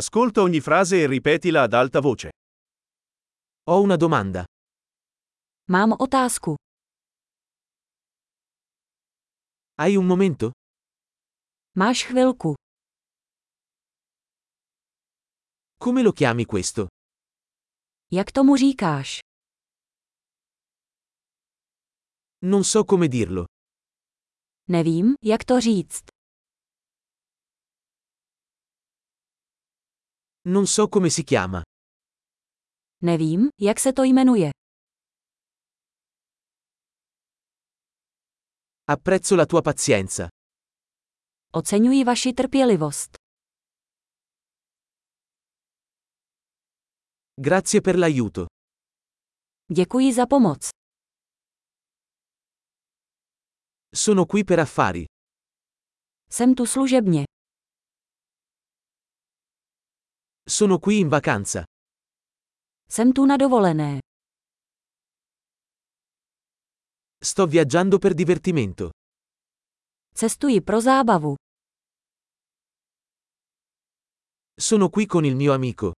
Ascolta ogni frase e ripetila ad alta voce. Ho una domanda. Mám otázku. Hai un momento? Máš chvilku. Come lo chiami questo? Jak tomu říkáš? Non so come dirlo. Nevím, jak to říct. Non so come si chiama. Nevím, jak se to jmenuje. Apprezzo la tua pazienza. Oceňuji vaši trpělivost. Grazie per l'aiuto. Děkuji za pomoc. Sono qui per affari. Jsem tu služebně. Sono qui in vacanza. Jsem tu na dovolené. Sto viaggiando per divertimento. Cestuji pro zábavu. Sono qui con il mio amico.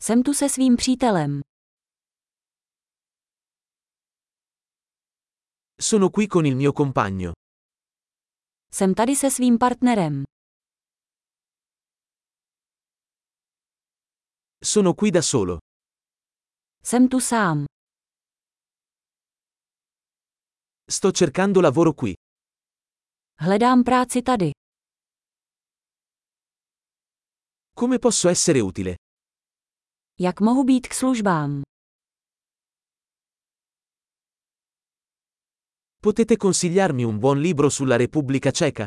Jsem tu se svým přítelem. Sono qui con il mio compagno. Jsem tady se svým partnerem. Sono qui da solo. Jsem tu sám. Sto cercando lavoro qui. Hledám práci tady. Come posso essere utile? Jak mohu být k službám? Potete consigliarmi un buon libro sulla Repubblica Ceca?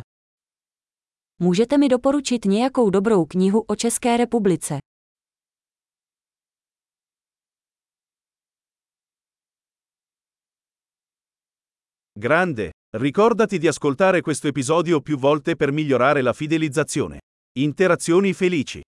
Můžete mi doporučit nějakou dobrou knihu o České republice. Grande, ricordati di ascoltare questo episodio più volte per migliorare la fidelizzazione. Interazioni felici.